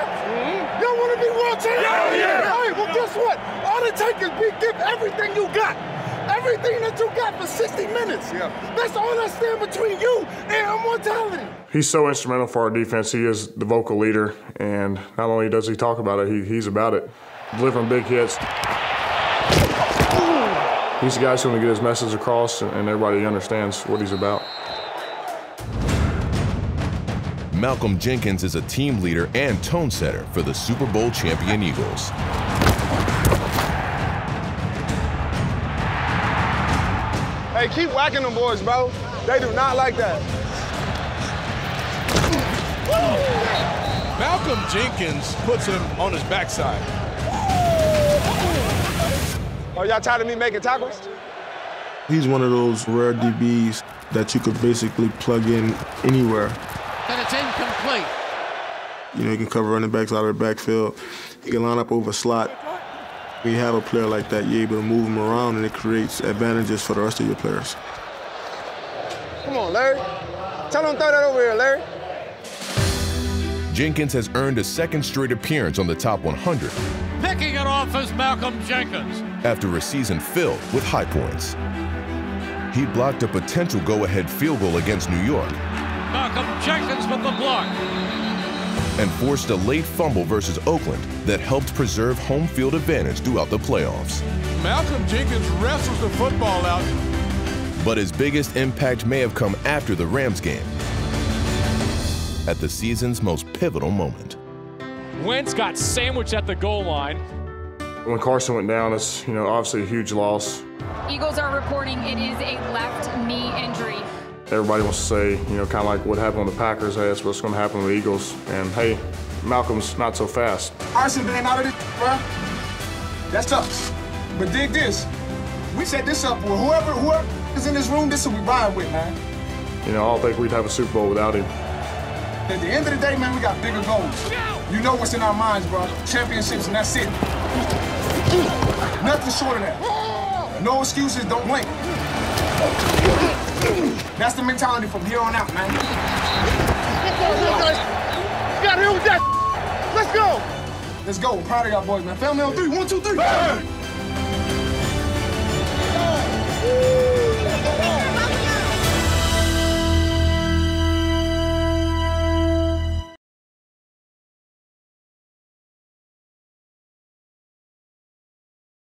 Mm-hmm. Taker, we give everything you got. Everything that you got for 60 minutes. Yeah. That's all that stand between you and immortality. He's so instrumental for our defense. He is the vocal leader, and not only does he talk about it, he, he's about it, delivering big hits. He's the guy who's going to get his message across, and, and everybody understands what he's about. Malcolm Jenkins is a team leader and tone setter for the Super Bowl champion Eagles. Hey, keep whacking them boys, bro. They do not like that. Malcolm Jenkins puts him on his backside. Are Oh, y'all tired of me making tackles? He's one of those rare DBs that you could basically plug in anywhere. And it's incomplete. You know, he can cover running backs out of the backfield. He can line up over slot. When you have a player like that, you're able to move him around, and it creates advantages for the rest of your players. Come on, Larry. Tell them throw that over here, Larry. Jenkins has earned a second straight appearance on the top 100 Picking it off is Malcolm Jenkins. after a season filled with high points. He blocked a potential go ahead field goal against New York Malcolm Jenkins with the block. and forced a late fumble versus Oakland that helped preserve home field advantage throughout the playoffs. Malcolm Jenkins wrestles the football out. But his biggest impact may have come after the Rams game at the season's most pivotal moment. Wentz got sandwiched at the goal line. When Carson went down, it's you know obviously a huge loss. Eagles are reporting it is a left knee injury. Everybody wants to say you know kind of like what happened with the Packers. Hey, that's what's going to happen with the Eagles. And hey, Malcolm's not so fast. Arson been out of this, bro. That's tough. But dig this. We set this up with whoever whoever is in this room, this will be ride with, man. You know I don't think we'd have a Super Bowl without him. At the end of the day, man, we got bigger goals. You know what's in our minds, bro. Championships, and that's it. Nothing short of that. No excuses, don't blink. That's the mentality from here on out, man. Got him with that. Let's go. Let's go. Proud of y'all boys, man. Family on three. One, two, three.